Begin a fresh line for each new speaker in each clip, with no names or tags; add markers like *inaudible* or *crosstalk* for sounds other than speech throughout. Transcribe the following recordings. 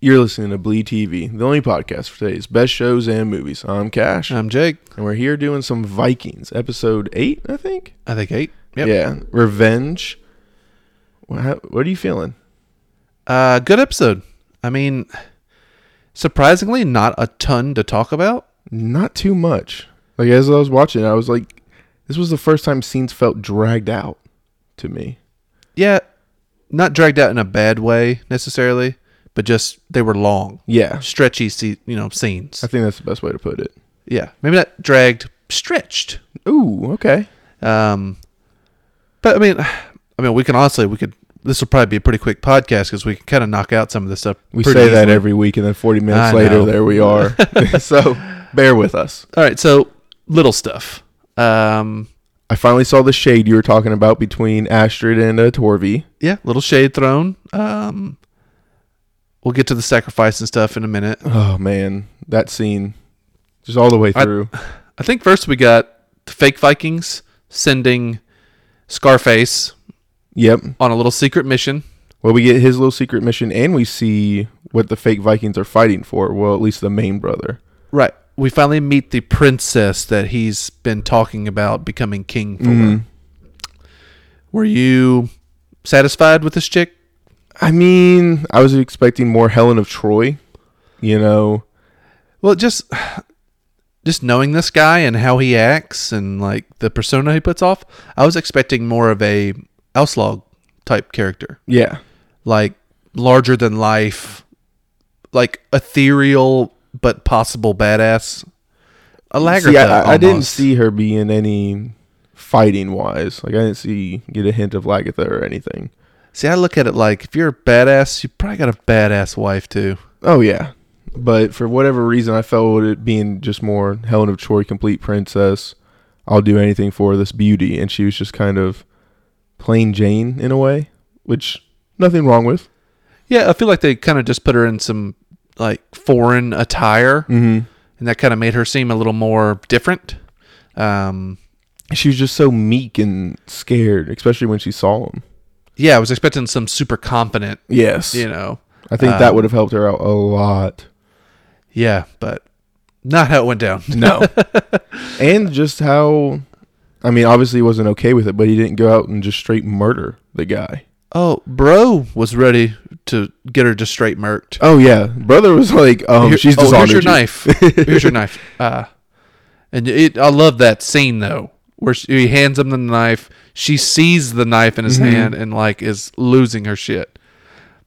You're listening to Blee TV, the only podcast for today's best shows and movies. I'm Cash,
I'm Jake.
and we're here doing some Vikings, episode eight, I think.
I think eight. Yep.
Yeah, Revenge. Wha- how- What are you feeling?
Uh, good episode. I mean, surprisingly, not a ton to talk about.
Not too much. Like as I was watching, I was like, this was the first time scenes felt dragged out to me.
Yeah, not dragged out in a bad way necessarily, but just they were long,
Yeah,
stretchy, se- you know, scenes.
I think that's the best way to put it.
Yeah, maybe not dragged, stretched.
Ooh, okay.
Um, but I mean, I mean, we can honestly we could. This will probably be a pretty quick podcast because we can kind of knock out some of this stuff.
We
pretty
say that
easily.
every week, and then 40 minutes
I
later,
know.
there we
*laughs*
are. *laughs* so bear with us.
All right, so little stuff. Um,
I finally saw the shade you were talking about between Astrid and uh, Torvi.
yeah, little shade thrown. Um, we'll get to the sacrifice and stuff in a minute.
Oh man, that scene, just all the way
I-
through.
I think first we got the fake Vikings sending Scarface
yep.
on a little secret mission.
Well, we get his little secret mission, and we see what the fake Vikings are fighting for. Well, at least the main brother.
Right. We finally meet the princess that he's been talking about becoming king for.
Mm-hmm.
Were you satisfied with this chick?
I mean, I was expecting more Helen of Troy. You know,
Well, just just knowing this guy and how he acts and like the persona he puts off, I was expecting more of a Auslog type character,
yeah,
like larger than life, like ethereal but possible badass. A lagger.
See, I, I- I didn't see her being any fighting wise. Like I didn't see get a hint of Lagatha or anything.
See, I look at it like if you're a badass, you probably got a badass wife too.
Oh yeah, but for whatever reason, I felt it being just more Helen of Troy, complete princess. I'll do anything for this beauty, and she was just kind of plain Jane in a way, which nothing wrong with.
Yeah, I feel like they kind of just put her in some like foreign attire,
Mm-hmm.
and that kind of made her seem a little more different. Um,
She was just so meek and scared, especially when she saw him.
yeah, I was expecting some super confident,
Yes, Um,
you know.
I think that would have helped her out a lot.
Yeah, but not how it went down.
No, and just how. I mean, obviously, he wasn't okay with it, but he didn't go out and just straight murder the guy.
Oh, bro was ready to get her just straight murked.
Oh yeah, brother was like, um,
Here-
she's
oh,
dishonored
here's your
you.
knife. here's your
*laughs*
knife. Uh, and it, I love that scene though, where she, he hands him the knife. She sees the knife in his
Mm-hmm.
hand and like is losing her shit.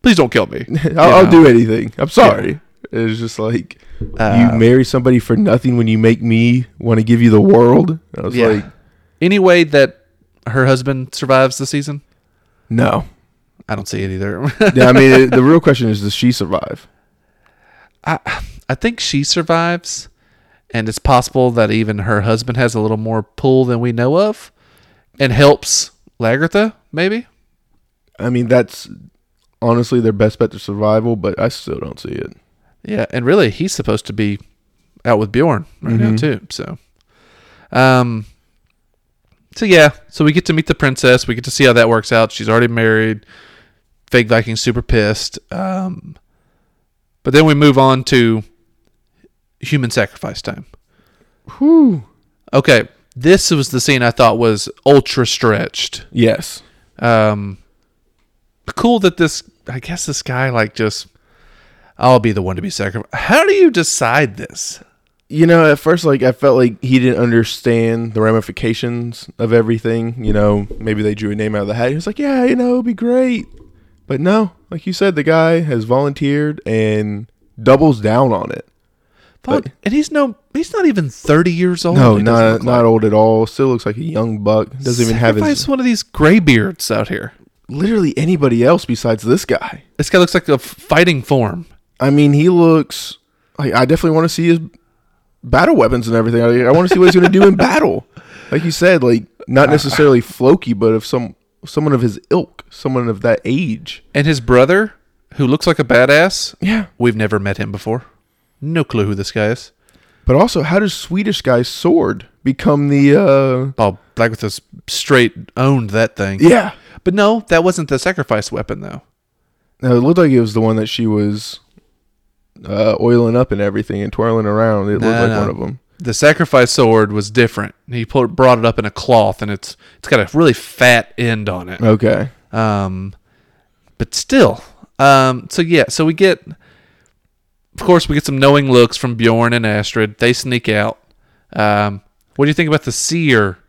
Please don't kill me.
*laughs*
*laughs*
I'll, I'll
know?
do anything. I'm sorry. It's just like
Uh,
you marry somebody for nothing when you make me want to give you the world. I was
Yeah.
like,
Any way that her husband survives the season?
no.
I don't see it either. *laughs*
Yeah, I mean, it- the real question is, does she survive?
I I think she survives, and it's possible that even her husband has a little more pull than we know of, and helps Lagartha maybe.
I mean, that's honestly their best bet to survival, but I still don't see it.
Yeah, and really he's supposed to be out with Bjorn right now too. So, um, so yeah, so we get to meet the princess. We get to see how that works out. She's already married. Fake Viking's super pissed. Um, but then we move on to human sacrifice time.
Whew.
Okay, this was the scene I thought was ultra stretched.
Yes.
Um, cool that this. I guess this guy like just. I'll be the one to be sacrificed. How do you decide this?
You know, at first, like I felt like he didn't understand the ramifications of everything. You know, maybe they drew a name out of the hat. He was like, "Yeah, you know, it'd be great," but no, like you said, the guy has volunteered and doubles down on it.
Fuck, and he's no. He's not even thirty years old.
No,
He doesn't
not
look
not old at all. Still looks like a young buck. Doesn't even have
Sacrifice
his
one of these graybeards out here.
literally anybody else besides this guy.
This guy looks like a f- fighting form.
I mean, he looks like I definitely want to see his battle weapons and everything. I, I want to see what he's going to do in battle. Like you said, like not necessarily Floki, but of some someone of his ilk, someone of that age.
And his brother, who looks like a badass.
Yeah.
We've never met him before. No clue who this guy is.
But also, how does Swedish guy's sword become the? uh
Bob Blackwood's straight owned that thing.
Yeah.
But no, that wasn't the sacrifice weapon though.
No, it looked like it was the one that she was uh, oiling up and everything and twirling around. It looked
No,
like
no.
one of them.
The sacrifice sword was different. He pulled, brought it up in a cloth, and it's it's got a really fat end on it.
Okay.
Um, but still, um, so yeah, so we get, of course, we get some knowing looks from Bjorn and Astrid. They sneak out. Um, what do you think about the seer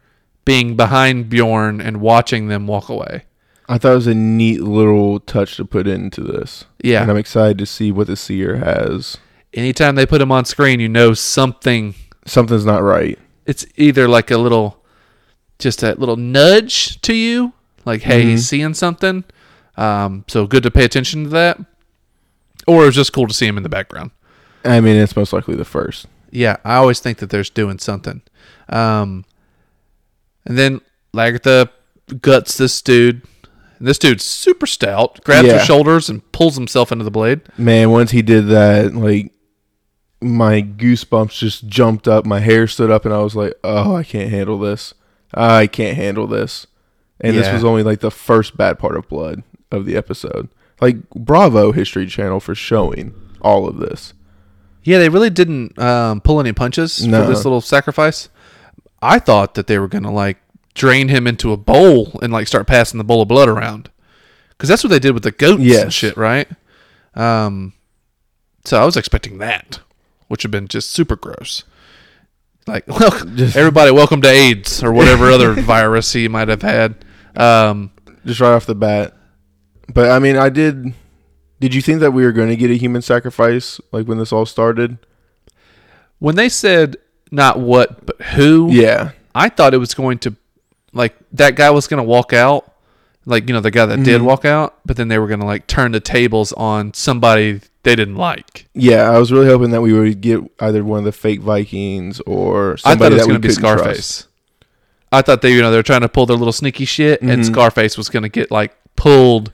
being behind Bjorn and watching them walk away?
I thought it was a neat little touch to put into this.
Yeah.
And I'm excited to see what the seer has.
Anytime they put him on screen, you know something.
Something's not right.
It's either like a little, just a little nudge to you, like, hey, he's seeing something. Um, so good to pay attention to that. Or it was just cool to see him in the background.
I mean, it's most likely the first.
yeah, I always think that there's doing something. Um, and then Lagartha guts this dude. And this dude's super stout, grabs her
Yeah.
shoulders and pulls himself into the blade.
Man, once he did that, like my goosebumps just jumped up, my hair stood up, and I was like, "Oh, I can't handle this. I can't handle this." And this
Yeah.
was only like the first bad part of blood of the episode. Like, bravo, History Channel for showing all of this.
Yeah, they really didn't um, pull any punches
No.
for this little sacrifice. I thought that they were gonna like drain him into a bowl and like start passing the bowl of blood around, because that's what they did with the goats
Yes.
and shit, right? Um, so I was expecting that, which would have been just super gross. Like, *laughs* well, everybody, welcome to AIDS or whatever other *laughs* virus he might have had. Um,
just right off the bat. But I mean, I did. Did you think that we were going to get a human sacrifice like when this all started?
when they said not what but who,
Yeah,
I thought it was going to like that guy was going to walk out, like you know the guy that
Mm-hmm.
did walk out, but then they were going to like turn the tables on somebody they didn't like.
yeah. I was really hoping that we would get either one of the fake Vikings or
I
somebody
thought it was
that we
going to be
couldn't
Scarface.
trust.
I thought they you know they're trying to pull their little sneaky shit, and
Mm-hmm.
Scarface was going to get like pulled,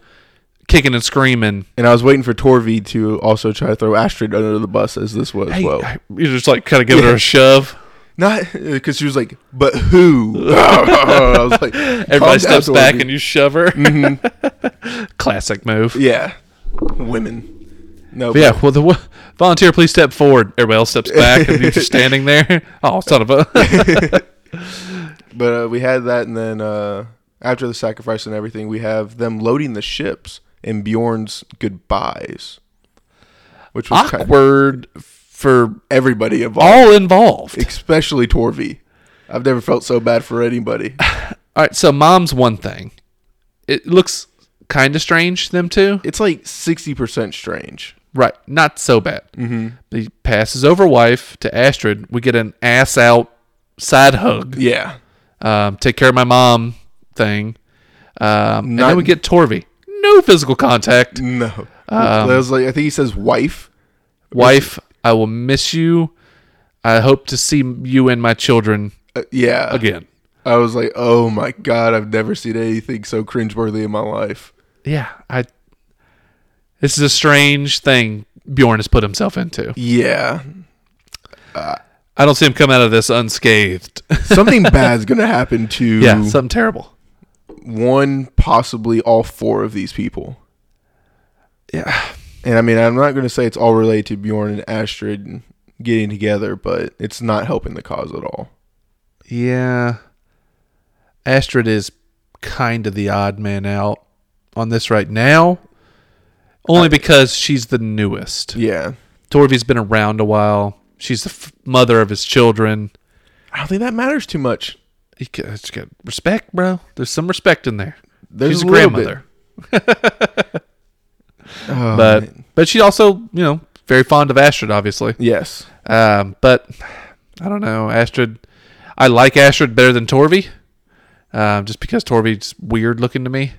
kicking and screaming.
And I was waiting for Torvi to also try to throw Astrid under the bus as this was.
Hey,
well,
you're just like kind of giving her a shove.
not because she was like, "But
*laughs*
who?" I was like,
Everybody steps back and you shove her. *laughs* Classic move.
Mm-hmm. yeah, women. No,
But yeah, well, the wo- volunteer, please step forward. Everybody else steps back, and you're just standing there. *laughs* Oh, son of a!
But uh, we had that, and then uh, after the sacrifice and everything, we have them loading the ships and Bjorn's goodbyes, which was kind of
awkward for
everybody involved,
all involved.
especially Torvi. I've never felt so bad for anybody.
All right, so mom's one thing. It looks kind of strange, them two.
It's like sixty percent strange.
Right, not so bad. Mm-hmm. He passes over wife to Astrid. We get an ass out side hug.
Yeah,
Um, take care of my mom thing. Um, and
Not-
then we get Torvi. No physical contact.
no,
Um,
that was like I think he says wife.
Wife, I will miss you. I hope to see you and my children
Uh, yeah,
again.
I was like, oh my god, I've never seen anything so cringeworthy in my life.
Yeah, I. This is a strange thing Bjorn has put himself into.
Yeah,
I don't see him come out of this unscathed.
something bad's gonna happen to
*laughs* yeah, something terrible.
one, possibly all four of these people.
Yeah,
And I mean, I'm not going to say it's all related to Bjorn and Astrid getting together, but it's not helping the cause at all.
yeah. Astrid is kind of the odd man out on this right now, only because she's the newest.
Yeah.
Torvi's been around a while. She's the f- mother of his children.
I don't think that matters too much.
You got, you got respect, bro. There's some respect in there.
There's
she's
a
a
little
grandmother.
Oh,
but
man.
but she also you know very fond of Astrid, obviously.
yes.
Um, but I don't know Astrid. I like Astrid better than Torvi, um, just because Torvi's weird looking to me.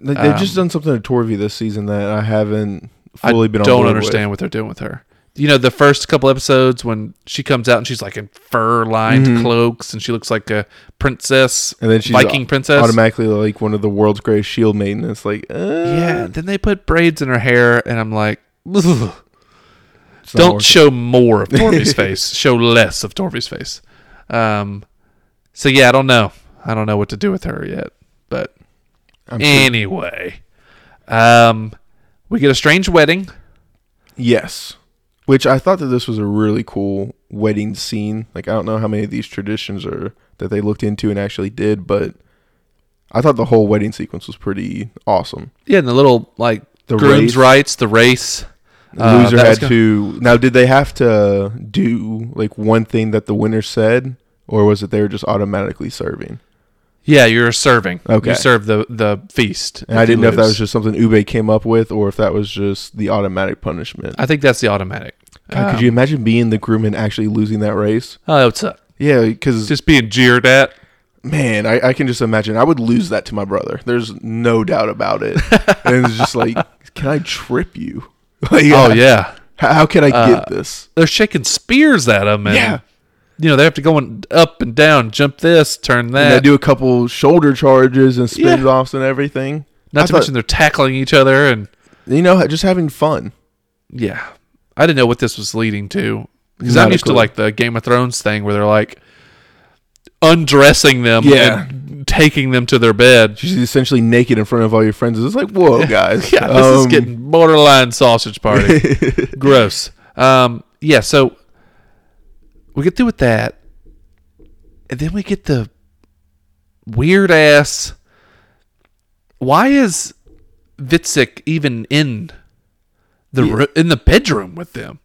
Like, they've just done something to Torvi this season that I haven't fully
um, I
been on
don't
board
understand what they're doing with her. You know, the first couple episodes when she comes out and she's like in fur lined cloaks and she looks like a princess,
With. And then Mm-hmm. she's
Viking princess.
automatically like one of the world's greatest shield maidens. It's like, uh,
yeah.
yeah,
Then they put braids in her hair, and I'm like, "Ugh." don't show
*laughs*
more of Torby's face. Show less of Torby's face. Um, so yeah, I don't know. I don't know what to do with her yet. But
I'm sure-
anyway, um, we get a strange wedding.
Yes. Which I thought that this was a really cool wedding scene. Like I don't know how many of these traditions are that they looked into and actually did, but I thought the whole wedding sequence was pretty awesome.
Yeah, and the little like
The race.
groom's rights, the race.
The
Uh,
loser
that was
had
kinda-
to now did they have to do like one thing that the winner said or was it they were just automatically serving?
Yeah, you're serving.
Okay.
you serve the the feast.
And I
you
didn't know if that
lose.
was just something Ube came up with or if that was just the automatic punishment.
I think that's the automatic.
God,
Um,
could you imagine being the groom and actually losing that race?
Oh, what's up?
Yeah, because
Just being jeered at.
man, I, I can just imagine. I would lose that to my brother. There's no doubt about
*laughs*
it. and it's just like, can I trip you? *laughs* Like,
Oh yeah,
How, how can I
Uh,
get this?
they're shaking spears at him. And,
Yeah.
you know they have to go in, up and down, jump this, turn
And they
that.
do a couple shoulder charges and spin offs and everything.
Not
I
to
thought-
mention they're tackling each other and
you know, just having fun.
yeah, I didn't know what this was leading to because
Not
I'm
a
used to
clue.
like the Game of Thrones thing where they're like undressing them
Yeah.
and taking them to their bed. *laughs*
She's essentially naked in front of all your friends. It's like, whoa, guys.
Yeah, this is
Um,
getting borderline
*laughs*
sausage party. Gross. Um, yeah, so we get through with that, and then we get the weird ass. Why is Vitzik even in the ro- in the bedroom with them?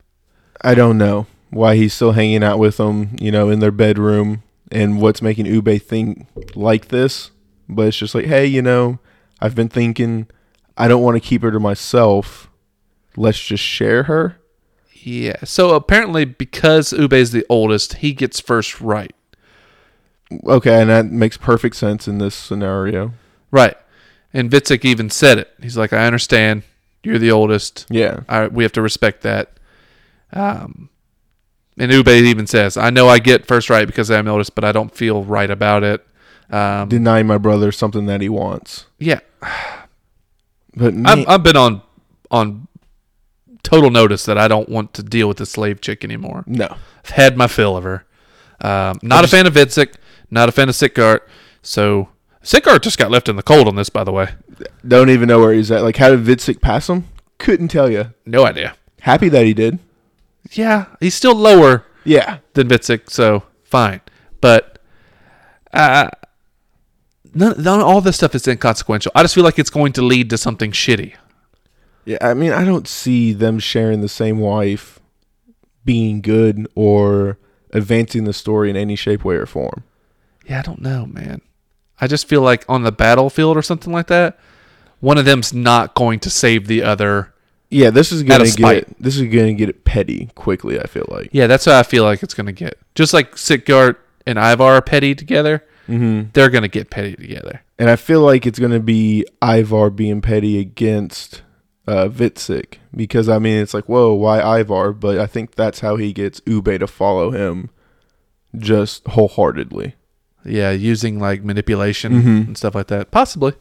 I don't know why he's still hanging out with them, you know, in their bedroom and what's making Ube think like this. But it's just like, hey, you know, I've been thinking I don't want to keep her to myself. Let's just share her.
Yeah, so apparently because Ube's the oldest, he gets first right.
Okay, and that makes perfect sense in this scenario.
Right, and Vitzik even said it. He's like, "I understand. You're the oldest.
Yeah.
I, we have to respect that. Um, and Ube even says, "I know I get first right because I'm oldest, but I don't feel right about it." Um,
Denying my brother something that he wants.
yeah,
But man,
I've, I've been on on total notice that I don't want to deal with the slave chick anymore.
no.
I've had my fill of her. Um, not a fan of Vidzik, not a fan of Sickart. So Sickart just got left in the cold on this, by the way.
Don't even know where he's at. Like, how did Vidzik pass him? Couldn't tell you.
No idea.
Happy that he did.
Yeah, he's still lower
Yeah.
than Vitzik, so fine. But uh, none, none, all this stuff is inconsequential. I just feel like it's going to lead to something shitty.
Yeah, I mean, I don't see them sharing the same wife being good or advancing the story in any shape, way, or form.
Yeah, I don't know, man. I just feel like on the battlefield or something like that, one of them's not going to save the other.
Yeah, this is gonna
of spite.
get this is gonna get petty quickly. I feel like.
Yeah, that's how I feel like it's going to get. Just like Sitgart and Ivar are petty together,
Mm-hmm.
they're going to get petty together.
And I feel like it's gonna be Ivar being petty against uh, Vitzik because I mean it's like whoa why Ivar but I think that's how he gets Ube to follow him just wholeheartedly.
Yeah, using like manipulation
Mhm.
and stuff like that. Possibly.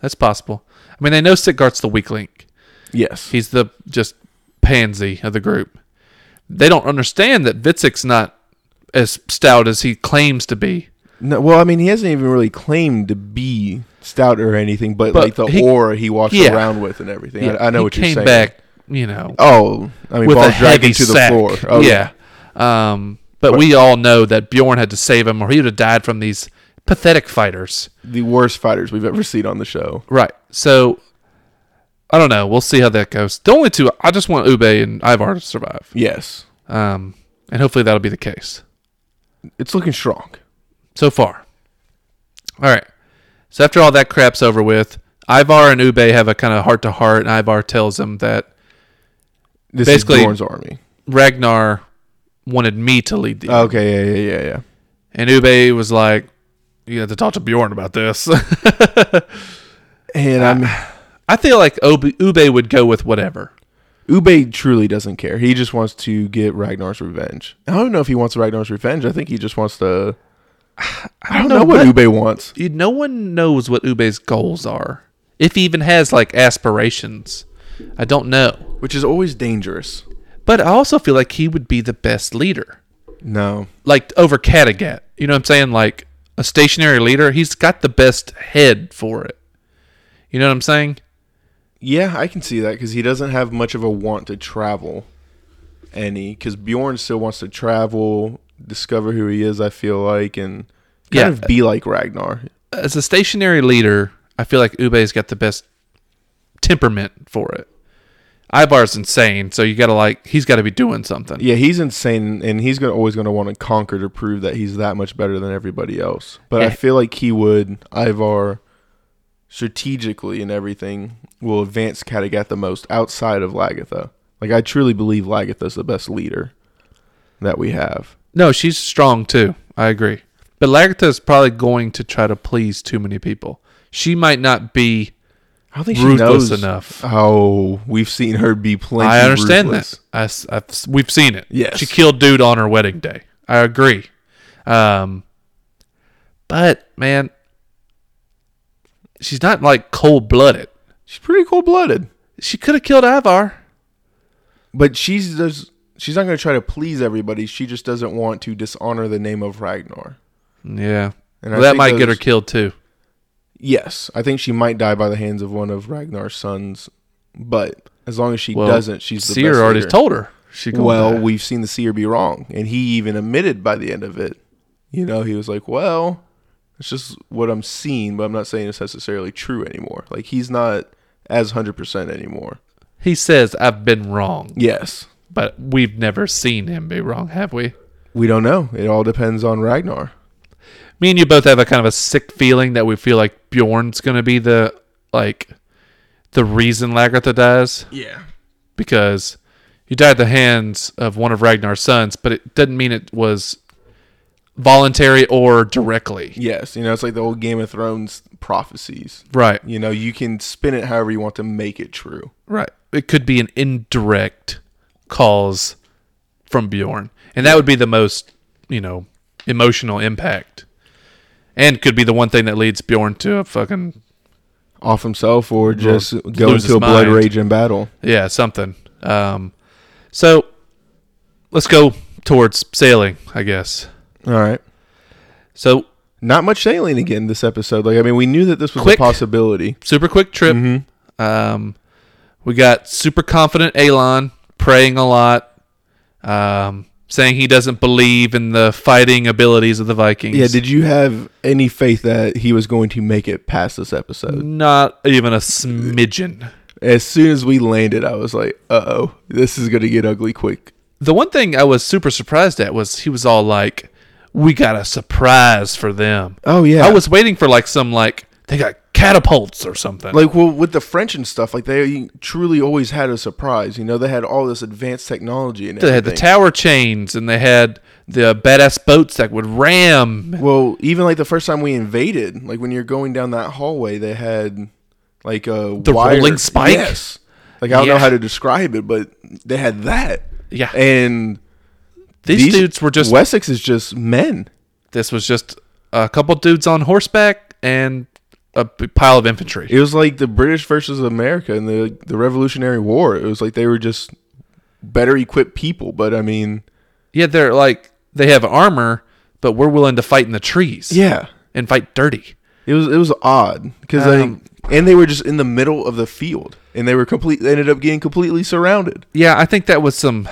That's possible. I mean, they know Sitgart's the weak link.
Yes.
He's the just pansy of the group. They don't understand that Vitzik's not as stout as he claims to be.
No, well, I mean, he hasn't even really claimed to be stout or anything, but,
But
like the
he-
aura he walks
yeah.
around with and everything. I, I know
he
what you're
came
saying.
back, you know,
Oh, I mean,
with a
ball
heavy
dragging to the
sack.
floor. Oh,
yeah. Um, but we all know that Bjorn had to save him, or he would have died from these pathetic fighters.
the worst fighters we've ever seen on the show.
Right. So I don't know. We'll see how that goes. The only two I just want Ube and Ivar to survive,
Yes,
um, and hopefully that'll be the case.
it's looking strong.
so far. All right. So after all that crap's over with, Ivar and Ube have a kind of heart to heart, and Ivar tells him that
This
Basically-
is Bjorn's army.
Ragnar wanted me to lead the.
Okay, yeah, yeah, yeah, yeah.
and Ube was like, "You have to talk to Bjorn about this." *laughs*
And I'm
I feel like Ob- Ube would go with whatever.
Ube truly doesn't care. He just wants to get Ragnar's revenge. I don't know if he wants Ragnar's revenge. I think he just wants
*sighs*
to. I don't know, what Ube wants.
You- No one knows what Ube's goals are, if he even has like aspirations. I don't know,
Which is always dangerous.
but I also feel like he would be the best leader.
No.
like over Kattegat. You know what I'm saying? Like a stationary leader, he's got the best head for it. You know what I'm saying?
Yeah, I can see that because he doesn't have much of a want to travel any because Bjorn still wants to travel, discover who he is, I feel like, and kind
Yeah.
of be like Ragnar.
As a stationary leader, I feel like Ube's got the best temperament for it. Ivar's insane, so you gotta like he's gotta be doing something.
Yeah, he's insane and he's gonna, always going to want to conquer to prove that he's that much better than everybody else. But I
Yeah.
feel like he would, Ivar, strategically and everything, will advance Kattegat the most outside of Lagatha. Like, I truly believe Lagatha's the best leader that we have.
No, she's strong too. I agree. But Lagarta is probably going to try to please too many people. She might not be
I don't think
ruthless
she knows
enough.
Oh, we've seen her be plenty.
I understand
ruthless.
that. I s- I've s- we've seen it.
Yes.
She killed dude on her wedding day. I agree. Um, but man, she's not like cold blooded.
She's pretty cold blooded,
She could have killed Ivar.
but she's just, she's not going to try to please everybody. She just doesn't want to dishonor the name of Ragnar.
Yeah.
And
Well,
I
that
think
might get her
those-
killed too.
Yes, I think she might die by the hands of one of Ragnar's sons, but as long as she
Well,
doesn't, she's the
Seer
best
already
leader.
told her. She gonna
Well,
die.
we've seen the seer be wrong, and he even admitted by the end of it. You know, he was like, "Well, it's just what I'm seeing, but I'm not saying it's necessarily true anymore." Like he's not as hundred percent anymore.
he says I've been wrong,
Yes,
but we've never seen him be wrong, have we?
we don't know. It all depends on Ragnar.
me and you both have a kind of a sick feeling that we feel like Bjorn's gonna be the like the reason Lagartha dies
Yeah.
because he died at the hands of one of Ragnar's sons, but it doesn't mean it was voluntary or directly.
Yes, you know, it's like the old Game of Thrones prophecies.
Right.
You know, you can spin it however you want to make it true.
Right. It could be an indirect cause from Bjorn. And that would be the most, you know, emotional impact. And could be the one thing that leads Bjorn to a fucking
Off himself or just go
lose
into
his
a blood
mind.
rage in battle.
Yeah, something. Um, so let's go towards sailing, I guess.
All right.
So
Not much sailing again this episode. Like I mean, we knew that this was
Quick.
a possibility.
super quick trip.
Mm-hmm.
Um, we got super confident Elon praying a lot, um, saying he doesn't believe in the fighting abilities of the Vikings.
Yeah, did you have any faith that he was going to make it past this episode?
not even a smidgen.
As soon as we landed, I was like, "Uh-oh, this is going to get ugly quick."
The one thing I was super surprised at was he was all like, "We got a surprise for them."
Oh yeah.
I was waiting for like some like they got catapults or something.
like well with the French and stuff, like they truly always had a surprise. You know, they had all this advanced technology and
They had
everything.
the tower chains and they had the badass boats that would ram.
Well, even like the first time we invaded, like when you're going down that hallway, they had like a
The
wire-
rolling spike?
Yes. Like I don't know
Yeah.
how to describe it, but they had that.
Yeah.
And
These, dudes were just,
Wessex is just men.
this was just a couple dudes on horseback and a p- pile of infantry.
It was like the British versus America in the the Revolutionary War. It was like they were just better equipped people, but I mean,
Yeah, they're like, they have armor, but we're willing to fight in the trees
yeah.
and fight dirty.
It was it was odd because
Um,
I and they were just in the middle of the field and they were complete they ended up getting completely surrounded.
Yeah, I think that was some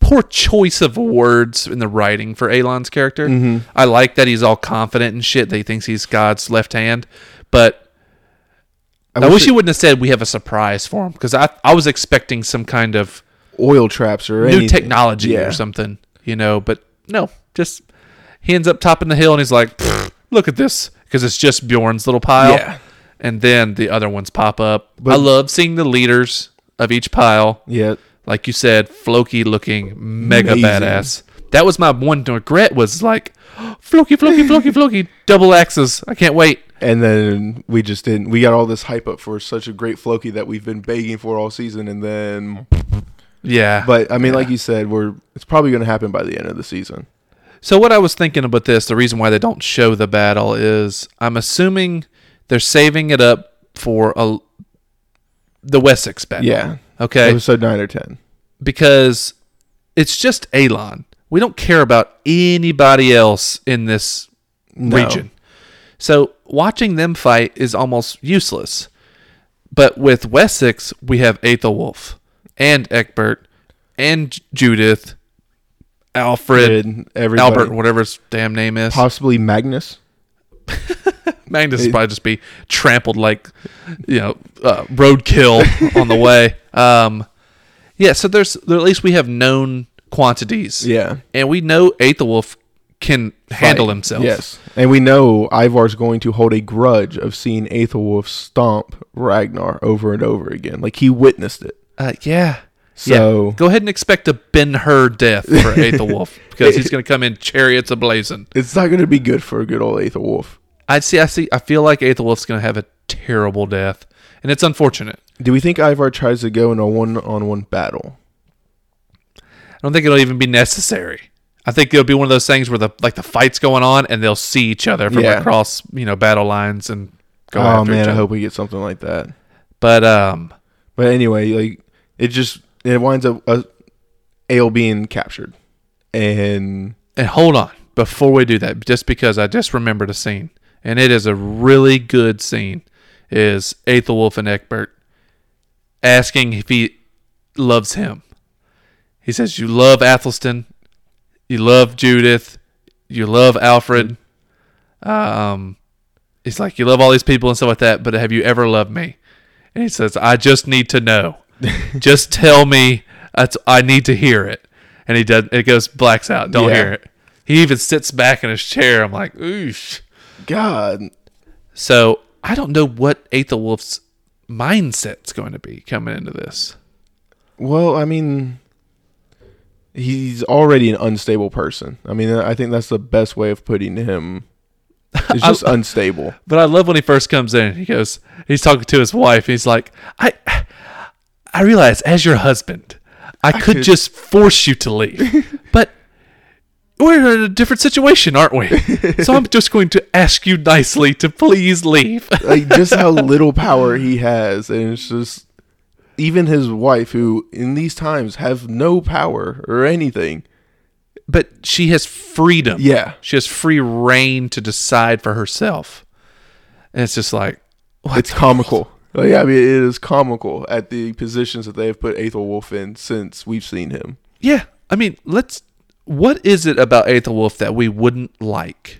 poor choice of words in the writing for Alon's character.
Mm-hmm.
I like that he's all confident and shit, that he thinks he's God's left hand, but I, wish
it-
he wouldn't have said we have a surprise for him because I I was expecting some kind of
oil traps or
new
anything.
technology
Yeah.
or something, you know. But no, just he ends up topping the hill and he's like, "Pfft, "Look at this," because it's just Bjorn's little pile,
Yeah.
and then the other ones pop up. I
But-
love seeing the leaders of each pile,
Yeah.
like you said, Floki looking mega
Amazing.
badass. That was my one regret was like, *gasps* Floki, Floki,
*laughs*
Floki, Floki, double axes. I can't wait.
And then we just didn't. We got all this hype up for such a great Floki that we've been begging for all season, and then.
Yeah,
But I mean, like you said, we're it's probably going to happen by the end of the season.
So what I was thinking about this, the reason why they don't show the battle is I'm assuming they're saving it up for a the Wessex battle.
Yeah,
Okay.
episode nine or ten.
Because it's just Elon. We don't care about anybody else in this
No.
region. So watching them fight is almost useless. But with Wessex, we have Aethelwulf and Egbert and J- Judith, Alfred,
Did everybody,
Albert, whatever his damn name is.
possibly Magnus?
Magnus would probably just be trampled like, you know, uh, roadkill on
*laughs*
the way. Um, yeah, so there's there, at least we have known quantities.
Yeah.
and we know Aethelwulf can handle
Right.
himself.
Yes, and we know Ivar's going to hold a grudge of seeing Aethelwulf stomp Ragnar over and over again. Like he witnessed it.
uh, yeah.
So-
yeah. go ahead and expect a Ben Hur death for *laughs* Aethelwulf because he's going to come in chariots ablazing.
It's not going to be good for a good old Aethelwulf.
I see. I see. I feel like Aethelwulf's going to have a terrible death, and it's unfortunate.
Do we think Ivar tries to go in a one-on-one battle?
I don't think it'll even be necessary. I think it'll be one of those things where the like the fight's going on and they'll see each other from
Yeah.
across you know battle lines and go
oh
after
man,
each
I
other.
hope we get something like that.
But um,
But anyway, like it just it winds up uh, Ale being captured, and
And hold on, before we do that, just because I just remembered a scene, and it is a really good scene, is Aethelwulf and Egbert asking if he loves him. He says, "You love Athelstan, you love Judith, you love Alfred." Um, it's like you love all these people and stuff like that, but have you ever loved me? And he says, "I just need to know. just tell me. That's, I need to hear it." And he does. It goes blacks out. Don't
Yeah.
hear it. He even sits back in his chair. I'm like, oosh.
God,
So I don't know what Aethelwulf's mindset's going to be coming into this.
Well, I mean, he's already an unstable person. I mean, I think that's the best way of putting him. It's just *laughs* unstable.
But I love when he first comes in. He goes, he's talking to his wife. He's like, I, I realize as your husband, I, could,
could-
just force you to *laughs* leave, but we're in a different situation, aren't we? so I'm just going to ask you nicely to please leave. *laughs*
Like just *laughs* how little power he has, and it's just even his wife, who in these times have no power or anything.
but she has freedom.
Yeah,
She has free reign to decide for herself. And it's just like,
it's comical. Like, I mean, it is comical at the positions that they have put Aethelwulf in since we've seen him.
yeah, I mean, let's. What is it about Aethelwulf that we wouldn't like?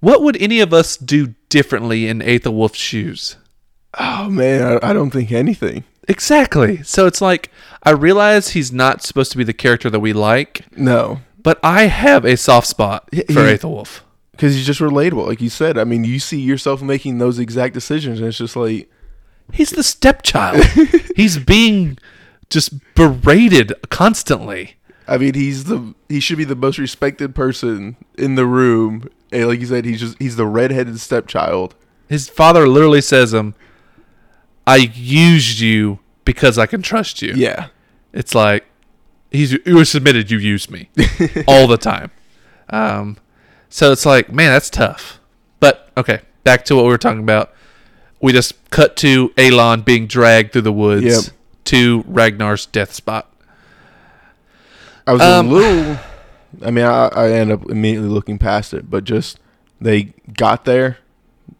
What would any of us do differently in Aethelwulf's shoes?
Oh man, I, I don't think anything.
Exactly. So it's like, I realize he's not supposed to be the character that we like,
No,
but I have a soft spot
Yeah,
for
he-
Aethelwulf.
because he's just relatable, like you said. I mean, you see yourself making those exact decisions, and it's just like,
He's the *laughs* stepchild. he's being just berated constantly.
I mean, he's the he should be the most respected person in the room, and like you said, he's just he's the redheaded stepchild.
His father literally says him, "I used you because I can trust you."
Yeah,
It's like he's you were submitted. You used me all the time. Um, so it's like, man, that's tough. But okay, back to what we were talking about. We just cut to Elon being dragged through the woods
Yep.
to Ragnar's death spot.
I was
Um,
a little. I mean, I, I end up immediately looking past it, but just they got there.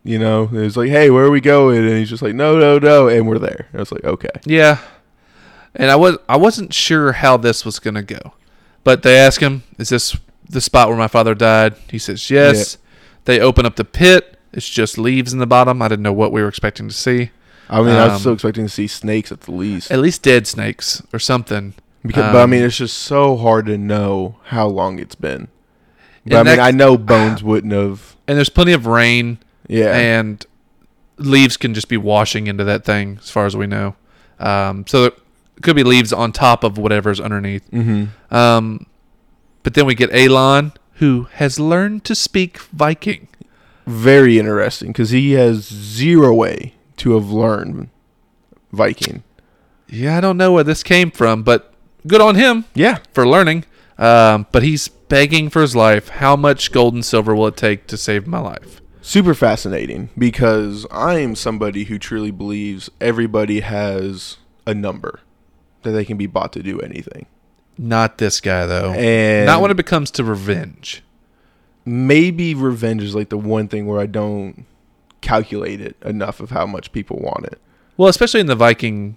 You know, it was like, hey, where are we going? And he's just like, no, no, no, and we're there. And I was like, okay,
Yeah, and I was I wasn't sure how this was gonna go, but they ask him, "Is this the spot where my father died?" He says, "Yes." They open up the pit. It's just leaves in the bottom. I didn't know what we were expecting to see.
I mean, I
Um,
was still expecting to see snakes at the least.
At least dead snakes or something.
Because, but I
Um,
mean, it's just so hard to know how long it's been. But
And
I mean,
that-
I know Bones wouldn't have.
and there's plenty of rain
Yeah,
and leaves can just be washing into that thing as far as we know. Um, so there could be leaves on top of whatever's underneath.
hmm
Um, but then we get Elon who has learned to speak Viking.
very interesting because he has zero way to have learned Viking.
Yeah, I don't know where this came from, but good on him
Yeah,
for learning. Um, but he's begging for his life. How much gold and silver will it take to save my life?
super fascinating because I am somebody who truly believes everybody has a number that they can be bought to do anything.
Not this guy though.
And
Not when it becomes to revenge.
maybe revenge is like the one thing where I don't calculate it enough of how much people want it.
Well, especially in the Viking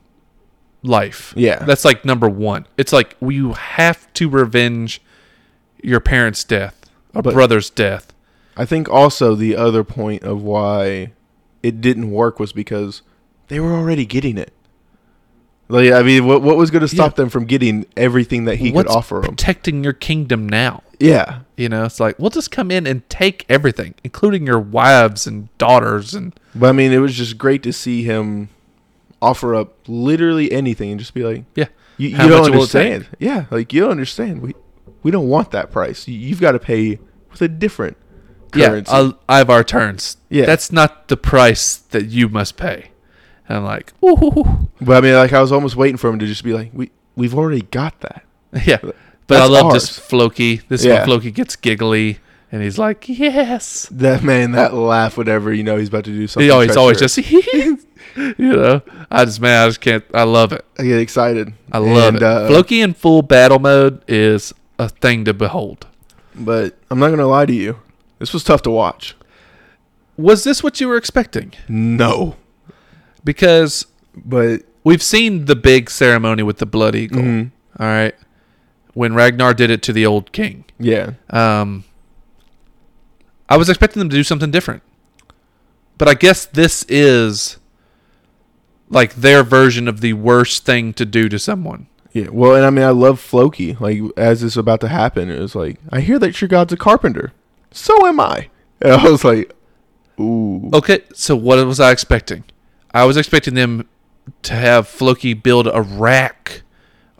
life.
Yeah.
That's like number one. It's like well, you have to revenge your parents' death, a
But-
brother's death.
I think also the other point of why it didn't work was because they were already getting it. Like, I mean, what what was going to stop them from getting everything that he
What's
could offer them?
protecting your kingdom now?
Yeah,
You know, it's like we'll just come in and take everything, including your wives and daughters and
but I mean, it was just great to see him offer up literally anything and just be like,
yeah.
"You, you
How
don't
much will it take?
understand." Yeah, like you don't understand. We we don't want that price. You, you've got to pay with a different currency.
Yeah, I'll- I have our turns.
Yeah.
that's not the price that you must pay. And I'm like, ooh,
but I mean, like I was almost waiting for him to just be like, "We we've already got that."
*laughs* yeah. But I
That's
love this
ours.
Floki. This is
Yeah.
when Floki gets giggly, and he's like, yes.
That man, that laugh, whenever you know he's about to do something.
He always, always
treacherous.
just, *laughs* you know. I just, man, I just can't. I love it.
I get excited.
I love
And,
it.
Uh,
Floki in full battle mode is a thing to behold.
But I'm not gonna lie to you. This was tough to watch.
Was this what you were expecting?
No,
Because
but
we've seen the big ceremony with the blood eagle.
mhm.
all right. When Ragnar did it to the old king.
yeah,
Um, I was expecting them to do something different, but I guess this is like their version of the worst thing to do to someone.
yeah. Well, and I mean, I love Floki. Like as this about to happen, it was like, I hear that your god's a carpenter. So am I. And I was like, ooh,
Okay, so what was I expecting? I was expecting them to have Floki build a rack,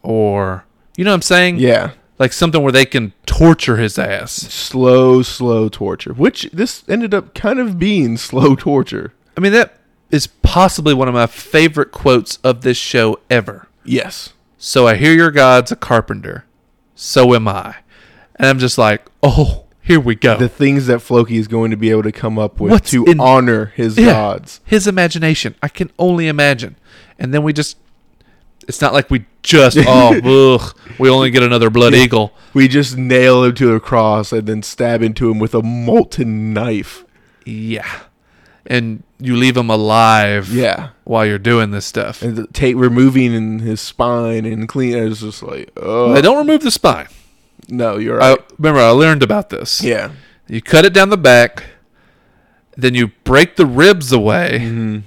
or you know what I'm saying?
yeah.
like something where they can torture his ass.
Slow, slow torture. Which this ended up kind of being slow torture.
I mean, that is possibly one of my favorite quotes of this show ever.
Yes.
So I hear your God's a carpenter. So am I. And I'm just like, oh, here we go.
The things that Floki is going to be able to come up with
What's
to
in-
honor his
Yeah.
gods.
His imagination. I can only imagine. And then we just, it's not like we
*laughs*
just, oh, ugh, we only get another Blood Eagle.
We just nail him to a cross and then stab into him with a molten knife.
Yeah. And you leave him alive
Yeah.
while you're doing this stuff.
And the tape removing in his spine and clean. It's just like, oh.
they don't remove the spine.
no, you're
I
right.
remember I learned about this.
yeah.
You cut it down the back, then you break the ribs away,
Mm-hmm.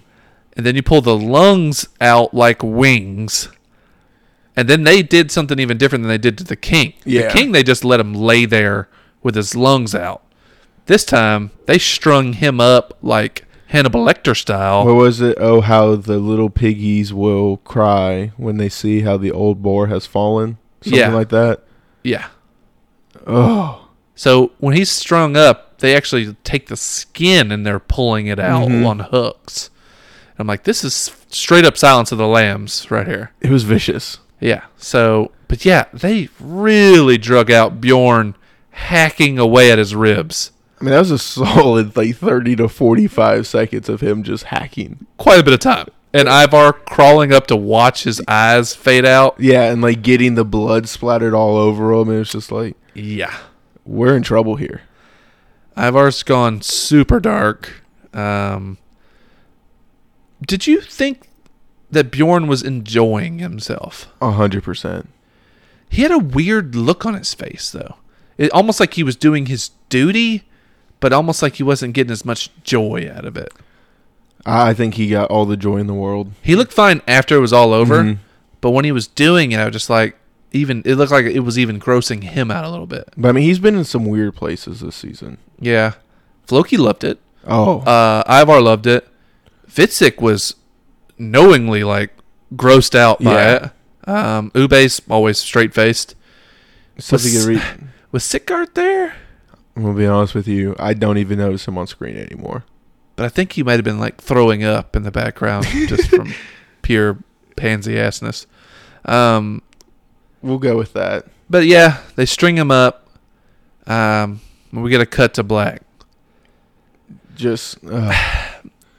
and then you pull the lungs out like wings. And then they did something even different than they did to the king.
Yeah.
The king, they just let him lay there with his lungs out. This time, they strung him up like Hannibal Lecter style.
What was it? Oh, how the little piggies will cry when they see how the old boar has fallen. Something
Yeah.
like that.
yeah.
Oh.
So when he's strung up, they actually take the skin and they're pulling it out on hooks. I'm like, this is straight up Silence of the Lambs right here.
It was vicious.
Yeah. So, but yeah, they really drug out Bjorn hacking away at his ribs.
I mean, that was a *laughs* solid like 30 to 45 seconds of him just hacking.
Quite a bit of time. And Ivar crawling up to watch his eyes fade out.
Yeah, and like getting the blood splattered all over him. And it's just like,
Yeah.
we're in trouble here.
Ivar's gone super dark. Um, did you think that Bjorn was enjoying himself?
A hundred percent.
He had a weird look on his face, though. It almost like he was doing his duty, but almost like he wasn't getting as much joy out of it.
I I think he got all the joy in the world.
He looked fine after it was all over,
Mhm.
but when he was doing it, I was just like, even it looked like it was even grossing him out a little bit.
But I mean, he's been in some weird places this season.
Yeah, Floki loved it.
Oh,
Uh, Ivar loved it. Fitzik was knowingly like grossed out by
Yeah.
it. Um, Ube's always straight faced.
such a good
was-
read.
Was Sickard there?
I'm gonna be honest with you. I don't even notice him on screen anymore.
But I think he might have been like throwing up in the background just
*laughs*
from pure pansy assness. Um,
We'll go with that.
But yeah, they string him up. Um, we get a cut to black.
Just uh,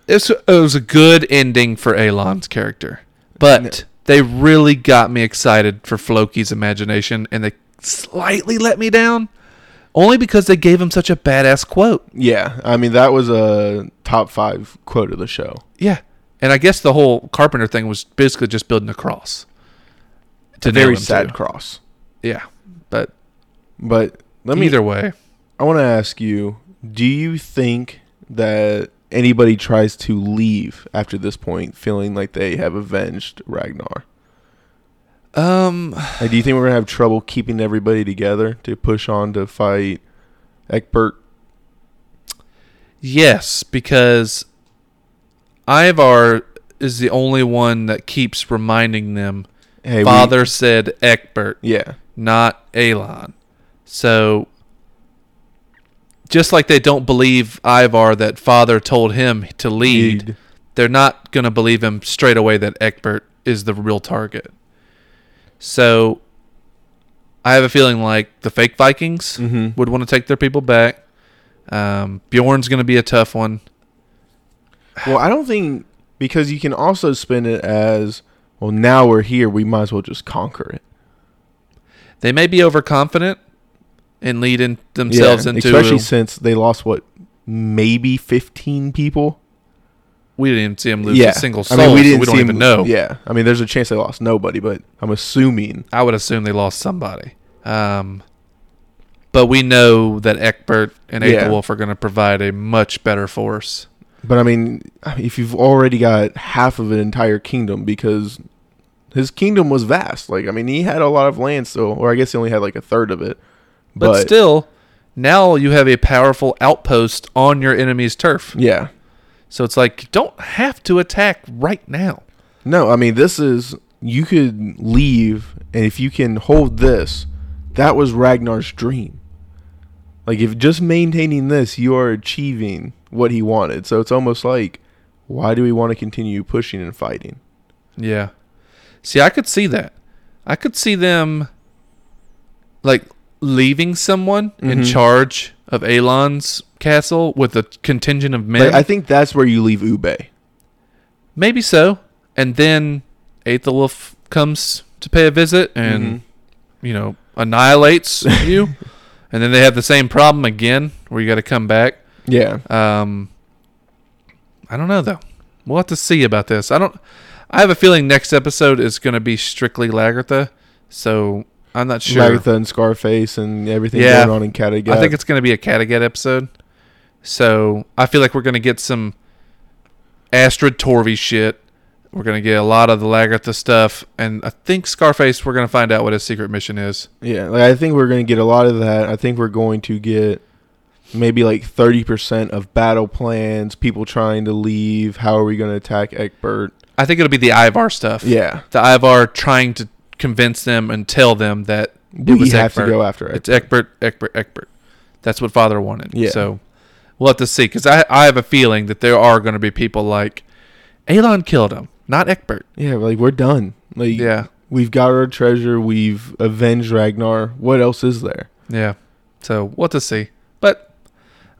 It's, it was a good ending for Alon's character, but they really got me excited for Floki's imagination, and they slightly let me down, only because they gave him such a badass quote.
yeah. I mean, that was a top five quote of the show.
Yeah, And I guess the whole carpenter thing was basically just building a cross.
It's a
nail
very
him
sad
to.
cross.
Yeah, but
But let me
either way,
I want to ask you: Do you think that anybody tries to leave after this point, feeling like they have avenged Ragnar?
um,
Like, do you think we're gonna have trouble keeping everybody together to push on to fight Eckbert?
yes, because Ivar is the only one that keeps reminding them.
Hey, we-
Father said Eckbert,
yeah,
not Elon. So, just like they don't believe Ivar that Father told him to lead,
Lead.
they're not going to believe him straight away that Eckbert is the real target. So, I have a feeling like the fake Vikings
Mhm.
would want to take their people back. Um, Bjorn's going to be a tough one.
Well, I don't think because you can also spin it as well. Now we're here, we might as well just conquer it.
They may be overconfident and leading themselves
Yeah,
into.
especially since they lost what maybe fifteen people.
we didn't even see him lose a single soul.
I mean, we didn't
so we don't
see
even
him-
know.
Yeah, I mean, there's a chance they lost nobody, but I'm assuming.
I would assume they lost somebody. Um, but we know that Eckbert and Aethelwulf
Yeah.
are going to provide a much better force.
But I mean, I mean, if you've already got half of an entire kingdom, because his kingdom was vast. Like, I mean, he had a lot of land still, or I guess he only had like a third of it.
But, still, now you have a powerful outpost on your enemy's turf.
yeah,
So it's like you don't have to attack right now.
no, I mean, this is you could leave, and if you can hold this, that was Ragnar's dream. Like, if just maintaining this, you are achieving what he wanted. So it's almost like, why do we want to continue pushing and fighting?
Yeah. See, I could see that. I could see them like leaving someone in
Mhm.
charge of Alon's castle with a contingent of men.
Like, I think that's where you leave Ube.
Maybe so. And then Aethelwulf comes to pay a visit and,
Mm-hmm.
you know, annihilates you. And then they have the same problem again where you got to come back.
Yeah.
Um, I don't know, though. We'll have to see about this. I don't. I have a feeling next episode is going to be strictly Lagartha. So I'm not sure.
Magatha and Scarface and everything
Yeah.
going on in Kattegat.
I think it's going to be a Kattegat episode. So I feel like we're going to get some Astrid Torvey shit. We're going to get a lot of the Lagartha stuff. And I think Scarface, we're going to find out what his secret mission is.
yeah. Like I think we're going to get a lot of that. I think we're going to get maybe like thirty percent of battle plans, people trying to leave. How are we going to attack Eckbert?
I think it'll be the Ivar stuff. *laughs*
Yeah,
The Ivar trying to convince them and tell them that it
we
was
have to
Eckbert.
go after it.
It's Eckbert, Eckbert, Eckbert. That's what Father wanted.
Yeah.
So we'll have to see. Because I, I have a feeling that there are going to be people like, Elon killed him, not Eckbert.
Yeah, like we're done. Like
Yeah.
we've got our treasure. We've avenged Ragnar. What else is there?
Yeah. So we'll have to see. But I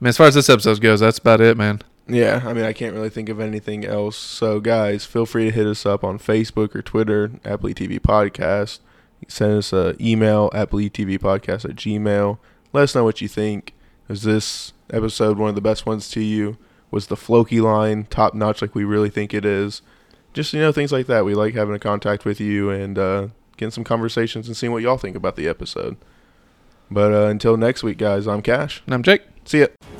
mean, as far as this episode goes, that's about it, man.
Yeah, I mean, I can't really think of anything else. So, guys, feel free to hit us up on Facebook or Twitter, Apple TV Podcast. Send us an email, appletvpodcast at gmail. Let us know what you think. Is this episode one of the best ones to you? Was the Floki line top notch like we really think it is? Just, you know, things like that. We like having a contact with you and uh, getting some conversations and seeing what y'all think about the episode. But uh, until next week, guys, I'm Cash.
And I'm Jake.
See ya.